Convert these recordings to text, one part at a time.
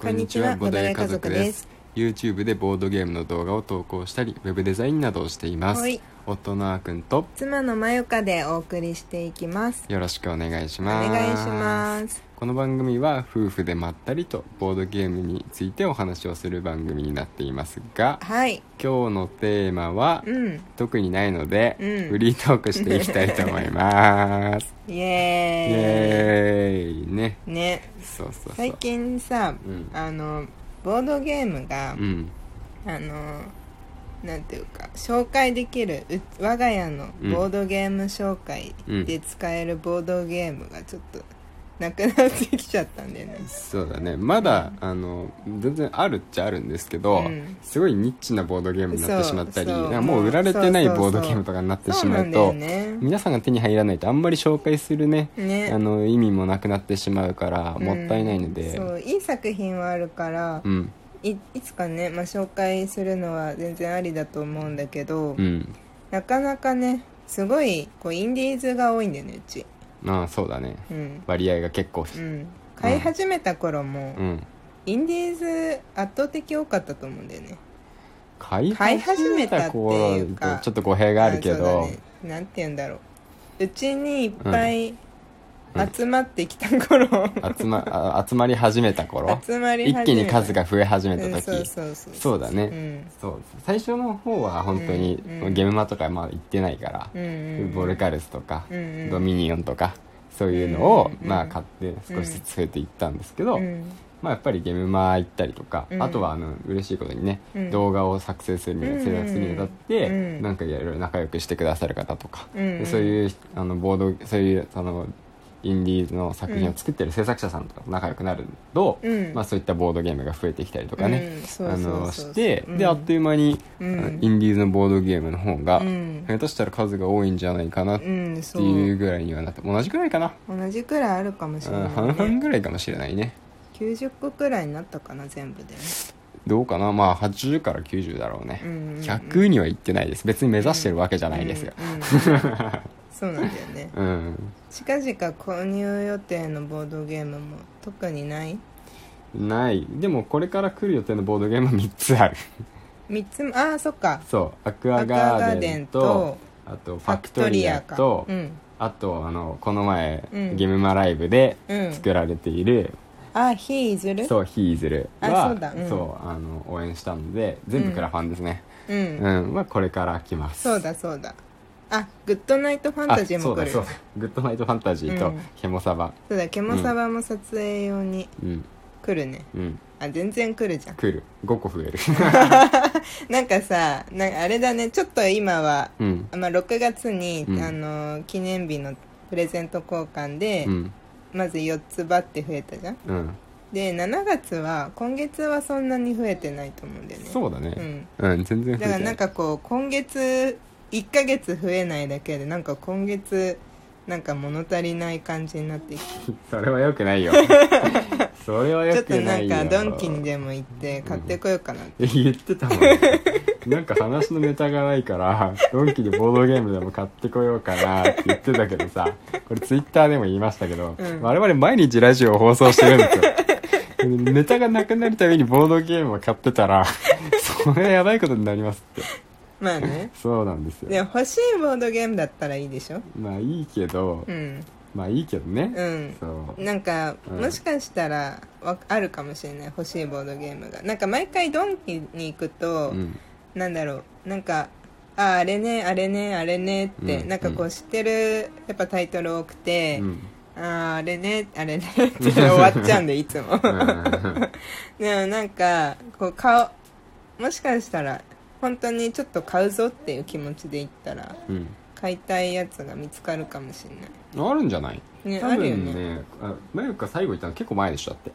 こんにちはボードゲー家族です。 YouTube でボードゲームの動画を投稿したり、ウェブデザインなどをしていますはい。夫のあーくんと妻のまゆかでお送りしていきますよろしくお願いしおます。願いしますこの番組は夫婦でまったりとボードゲームについてお話をする番組になっていますが、はい今日のテーマはうん特にないので、うんフリートークしていきたいと思い ます。イイエエーイね。ーイねそうそうそ最う。近さ、うんあのボードゲームが、うん。あのなんていうか紹介できるう我が家のうんボードゲーム紹介で使えるボードゲームがちょっとなくなってきちゃったんだよねそうだねまだあの全然あるっちゃあるんですけど、うんすごいニッチなボードゲームになってしまったりそうそなうんかもう売られてないそうそボうそうードゲームとかになってしそうまなんうだよとね皆さんが手に入らないとあんまり紹介するねねあの意味もなくなってしまうからうんもったいないので、そういい作品はあるから、うんいいつかね、まあ、紹介するのは全然ありだと思うんだけうど、んなかなかねすごいこうインディーズが多いんだよねうちまあそうだねうん、割合が結構うん、買い始めた頃も、うんインディーズ圧倒的多かったと思うんだよね買い買い始始めめたたってい頃うかとちょっと語弊があるけあそど、うだねなんて言うんだろううちにいっぱい集まってきた頃、集まあ集まり始めた頃 集まり始一めた気に数が増え始めたうん時、そうそうそうそうだねうんそう最初の方は本当に、うんうんゲームマとかまあ行ってないから、うんうんうんボルカルスとか、うんうんドミニオンとかそういうのを、うんうんまあ、買って少しずつ増えていったんですけど、うんまあ、やっぱりゲームマ行ったりとか、うんあとはあの嬉しいことにね、うん動画を作成するうんうんにうん制作するにあたって、うんなんかいろいろ仲良くしてくださる方とか、うんうんでそういうあのボードそういうあのインディーズの作品を作ってる制作者さんとか仲良くなると、うんまあ、そういったボードゲームが増えてきたりとかね、うんそうそあうそうのして、うんであっという間に、うんあのインディーズのボードゲームの方が、うん下手したら数が多いんじゃないかなっうてんそういうぐらいにはなって同じぐらいかな、同じくらいあるかもしれうんない、半々ね、ぐらいかもしれないね90個くらいになったかな全部でねどうかなまあ80から90だろうね、うんうんうん100には行ってないです別に目指してるわけじゃないですよ、うんうんそうなんだよねうん近々購入予定のボードゲームも特にないないでもこれから来る予定のボードゲームは3つある 3つもああそっかそうアクアアクアガガーーデデンンととあとフファァククトトリリアアとかうんあとあのこの前、うんゲームマライブでうん作られている、あ火いずるう、そう「ヒーズルは」あそうだうんそうあの応援したので全部クラファンですね、んうんはこれから来ますそうだそうだあグッドナイトファンあタジーも来るそそううだそうだグッドナイトファンタジーとうんヘモサバだケモサバも撮影用にうん来るね、うんあ全然来るじゃん来る5個増え るなんかさなあれだねちょっと今は、うんまあ、6月に、うんあの記念日のプレゼント交換で、うんまず4つバッて増えたじゃんうんで7月は今月はそんなに増えてないと思うんだよねそうだうねん、うん、全然増えだからてななんいかこう今月1ヶ月増えないだけでなんか今月なんか物足りない感じになってきて それはよく ないよそれはちょよっとくなないんよかドンキにでも行って買ってこようかなって、え言ってたもんなんか話のネタがないからドンキでボードゲームでも買ってこようかなって言ってたけどさこれツイッターでも言いましたけど、うん我々毎日ラジオを放送してるんですよネタがなくなるためにボードゲームを買ってたらそれやばいことになりますってまあねそうなんですでよも欲しいボードゲームだったらいいでしょまあいいけど、うんまあいいけどうね、んそうなんか、うんもしかしたらわあるかもしれない欲しいボードゲームがなんか毎回ドンキに行くと、うんなんだろうなんかああれねあれねあれねって、うんなんかこうう知ってるやっぱタイトル多くて、うんあああれねあれねって終わっちゃうんでい つもうんでもなんかこう顔もしかしたら本当にちょっと買うぞっていう気持ちで行ったらうん買いたいやつが見つかるかもしれないあるんじゃない、ね多あるよ分ねねあマユカ最後行ったの結構前でしょだっ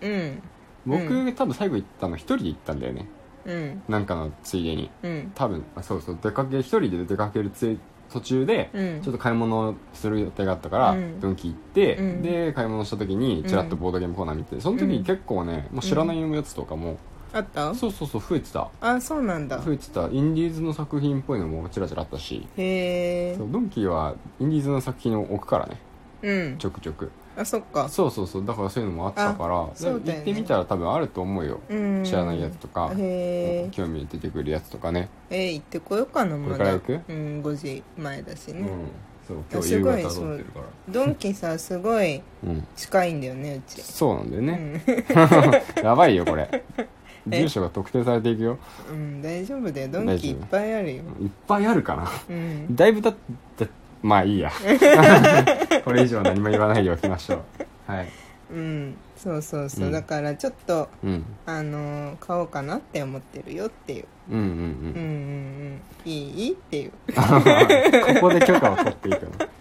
てうん僕、う多分最後行ったの一人で行ったんだよねうんなんかのついでにうん多分あそうそう出かけ一人で出かけるつい途中で、うんちょっと買い物する予定があったから、うんドンキ行って、うんで買い物した時にちらっとボードゲームコーナー見てその時に結構ね、もう知らないやつとかも、あったそうそうそう増えてたあそうなんだ増えてたインディーズの作品っぽいのもちらちらあったしへえそうドンキーはインディーズの作品を置くからねうんちょくちょくあそっかそうそうそうだからそういうのもあったからあそうだよね行ってみたら多分あると思うようん知らないやつとかへー興味出てくるやつとかね、えー行ってこようかなまだこれから行くうん5時前だしうね、ん、そう今日す夕ごい方撮ってるからドンキさすごいうん近いんだよねうちそうなんだよね、やばいよこれ え住所が特定されていくようん、 うん、大丈夫だよドンキ大いっ丈夫ぱいあるよ、いっぱいあるかなうん、だいぶだってまあい いやこれ以上何も言わないでおきましょうはいうん、そうそうそう、うんだからちょっとうんあのー買おうかなって思ってるよっていううんうんうんううんんうんいいっていう ここで許可を取っていくのだか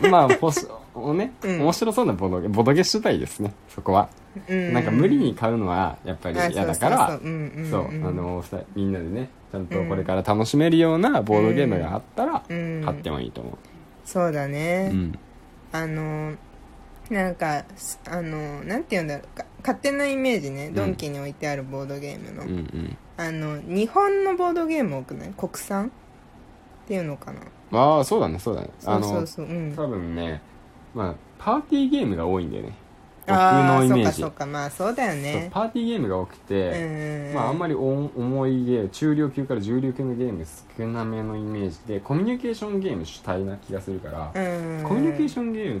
らまあポスをね、うん面白そうなボドゲボドゲ次第ですねそこは、うんなんか無理に買うのはやっぱりあ嫌だからそうそうそううんうんうんそうあの二人みんなでねちゃんとこれから楽しめるようなボードゲームがあったらうん買ってもいいと思そうだう、ね、うんあのなんかすあのなんて言うんだろうか勝手なイメージね、んドンキに置いてあるボードゲームの、うんうんあの日本のボードゲーム多くない国産っていうのかなああそうだねそうだねそうそうそううんあの多分ねまあパーティーゲームが多いんだよね僕あのあイそメうーかジそうかまあそうだよそうねパーティーゲームが多くうんて、うんうんまあ、あんまりお重いゲー中量級から重量級のゲーム少なめのイメージでコミュニケーションゲーム主体な気がするから、うんコミュニケーションョンゲームっ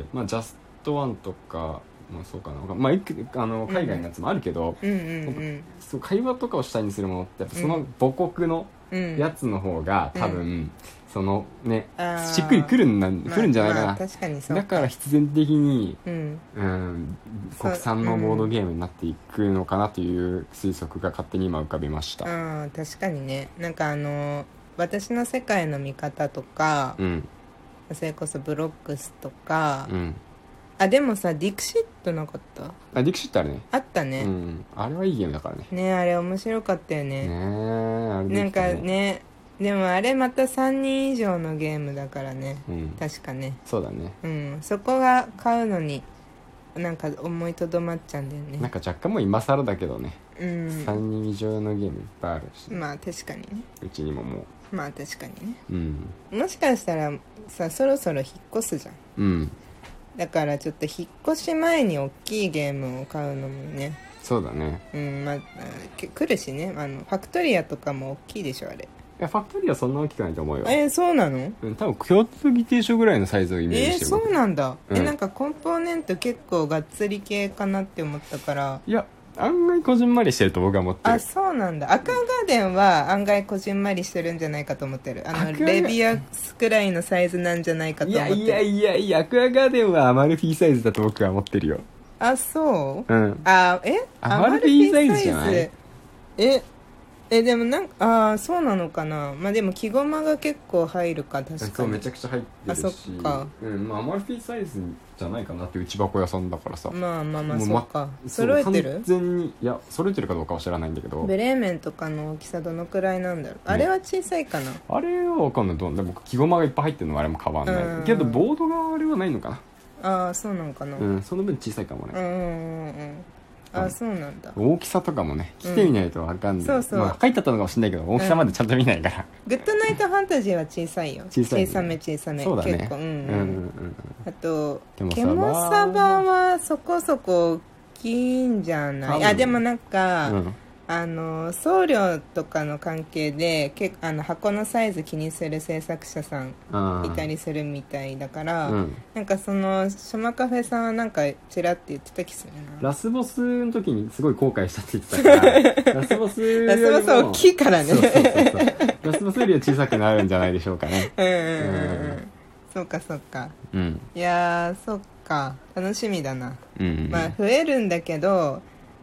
て、まあ、ジャストワンとか、まあ、そうかな、まあ、いくあの海外のやつもあるけど、うんうんそう会話とかを主体にするものってやっぱそうんの母国のうんうんやつの方が多分、うそのねあーしっくりくるんなくるんじゃないかな、まあまあ確かにそうだから必然的に、うんうん、そう国産のボードゲームになっていくのかなという推測が勝手に今浮かびました、うんあー確かにねなんかあの私の世界の見方とか、うんそれこそブロックスとか、あでもさディクシットなかったあディクシットあるねあったうね、ん、あれはいいゲームだからねねあれ面白かったよねねえあれなんできたかねでもあれまた3人以上のゲームだからねうん、確かねそうだねうんそこが買うのになんか思いとどまっちゃうんだよなんねか若干もう今更だけどね、3う人以上のゲームいっぱいあるし、んまあ確かにねうちにももまあ確かにねううんもしかしたらさそろそろ引っ越すじゃんうんだからちょっと引っ越し前に大きいゲームを買うのもねそうだねうんまあけ来るしねあのファクトリアとかも大きいでしょあれいやファクトリーはそんな大きくないと思うよえそうなのうん多分共通議定書ぐらいのサイズをイメーえジー、してそる、うなんだ、えうんなんかコンポーネント結構がっつり系かなって思ったからいや案外こじんまりしてると僕は思ってるあそうなんだアクアガーデンは案外こじんまりしてるんじゃないかと思ってるあアクアのガレビアスくらいのサイズなんじゃないかとい思っやてるいやいやいやアクアガーデンはアマルフィサイズだと僕は思ってるよあそううんあえアマルフィサイズじゃないアマルフィサイズええでもなんかああーそうなのかなまあでも木駒が結構入るか確かにそうめちゃくちゃ入ってるしあそっかうんまあ、アマルフィサイズじゃないかなって内箱屋さんだからさ、まあまあまあもうそまうかそう揃えてる完全にいや揃えてるかどうかは知らないんだけどベレーメンとかの大きさどのくらいなんだろうあれは小さいかな、あれは分かんないどうでも木駒がいっぱい入ってるのはあれも変わんない、うんけどボードがあれはないのかああそうなんかな、なううんん、その分小さいかもね、うんうんうんああそうなんだ大きさとかもね来てみないとわかんない、そうそうまあ、書いてあったのかもしれないけど大きさまでちゃんと見ないから、グッドナイトファンタジーは小さいよ小さいね小さめ小さめそうだね結構うん、うんううんうんんあとでもさケモサバはそこそこ大きいんじゃ多な分いねあでもなんか、うんあの送料とかの関係でけあの箱のサイズ気にする制作者さんあーいたりするみたいだから、うん、なんかそのショマカフェさんはなんかちらって言ってた気するなラスボスの時にすごい後悔したって言ってたからラスボスよりもラスボスは大きいからねそうそうそうそうラスボスよりは小さくなるんじゃないでしょうかねうんうんうんううんそうかそうかうんいやーそっか楽しみだな、うんうんまあ増えるんだけど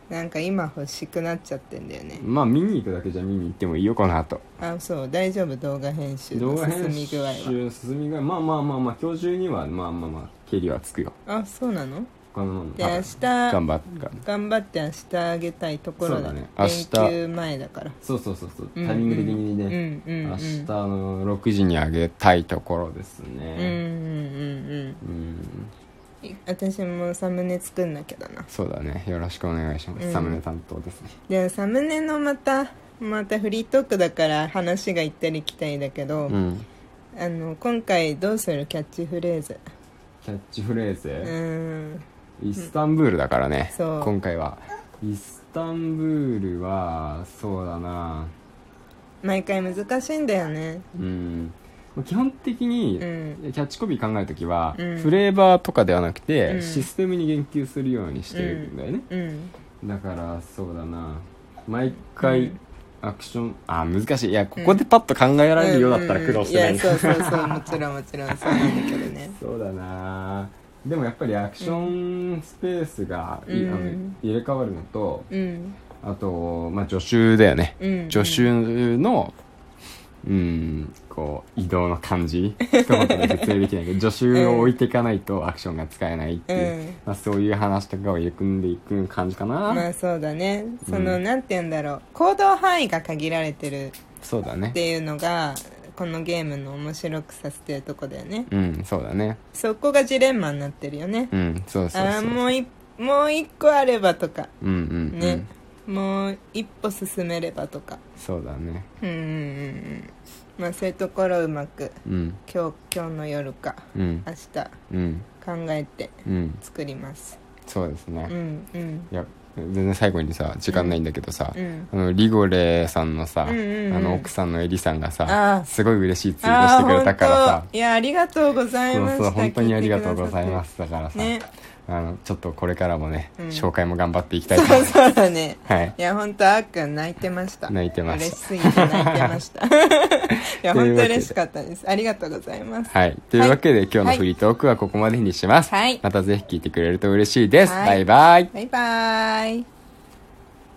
なんか今欲しくなっちゃってんだよねまあ見に行くだけじゃ見に行ってもいいよこの後あそう大丈夫動画編集動の画進編み集具合は進み具合まあまあまあまあ今日中にはまあまあまあ経理はつくよあそうなのこので明日頑張って頑張って明日あげたいところだそうだねね明連日休前だからそうそうそうそううんタイミング的にね、うんうんうん明日の6時にあげたいところですうんうんねうん、うんうんい私もサムネ作んなきゃだなそうだねよろしくお願いします、うんサムネ担当ですねでサムネのまたまたフリートークだから話が行ったり来たりだけうど、んあの今回どうするキャッチフレーズキキャッチフレーズ、うんイスタンブールだからね、そう今回はイスタンブールはそうだな毎回難しいんだよねうん基本的にうキんャッチコピー考える時は、うんフレーバーとかではなくて、うんシステムに言及するようにしてるんだよね、うんだからそうだな毎回うんアクション、あ難しいいやここでパッと考えられるようだったら苦労してない,、うんいやそうそうそうもちろんもちろんそうなんだけどねそうだなでもやっぱりアクションスペースがい、うんあの入れ替わるのとうんあと、まあ、助手だよね、うん助手のうんこう移動の感じ一言で説明できないけ ど助手を置いていかないとアクションが使えないっていう、うんまあ、そういう話とかを入れ組んでいく感じかな、まあそうだねその、うんなんて言うんだろう行動範囲が限られてるそうだっねていうのがこのゲームの面白くさせてるとこだよねうんそうだねそこがジレンマになってるよねうんそうそうそうああもういもう一個あればとかうんうんうん、ね、もう一歩進めればとかそうだねうんうんうんうんまあそういうところをうまくうん今日今日の夜かうん明日うん考えてうん作りますそうですね、うんうんいや全然最後にさ時間ないんだけどさ、うんあのリゴレさんのさ、うんうんうんあの奥さんのエリさんがあさあすごい嬉しいツイートしてあくれたからあさ本当いやありがとうございそましうたそう本当にありがとうございま聞すだからいてくださってさ、ねあのちょっとこれからもね、うん紹介も頑張っていきたいと思いそうますそうだねはいいや本当あーくん泣いてました泣いてました嬉しすぎて泣いてましたいというわや本当けで嬉しかったですありがとうございますはいというわけで、今日のフリートークはここまでにします、はいまたぜひ聞いてくれると嬉しいです、はいバイバイバイバーイ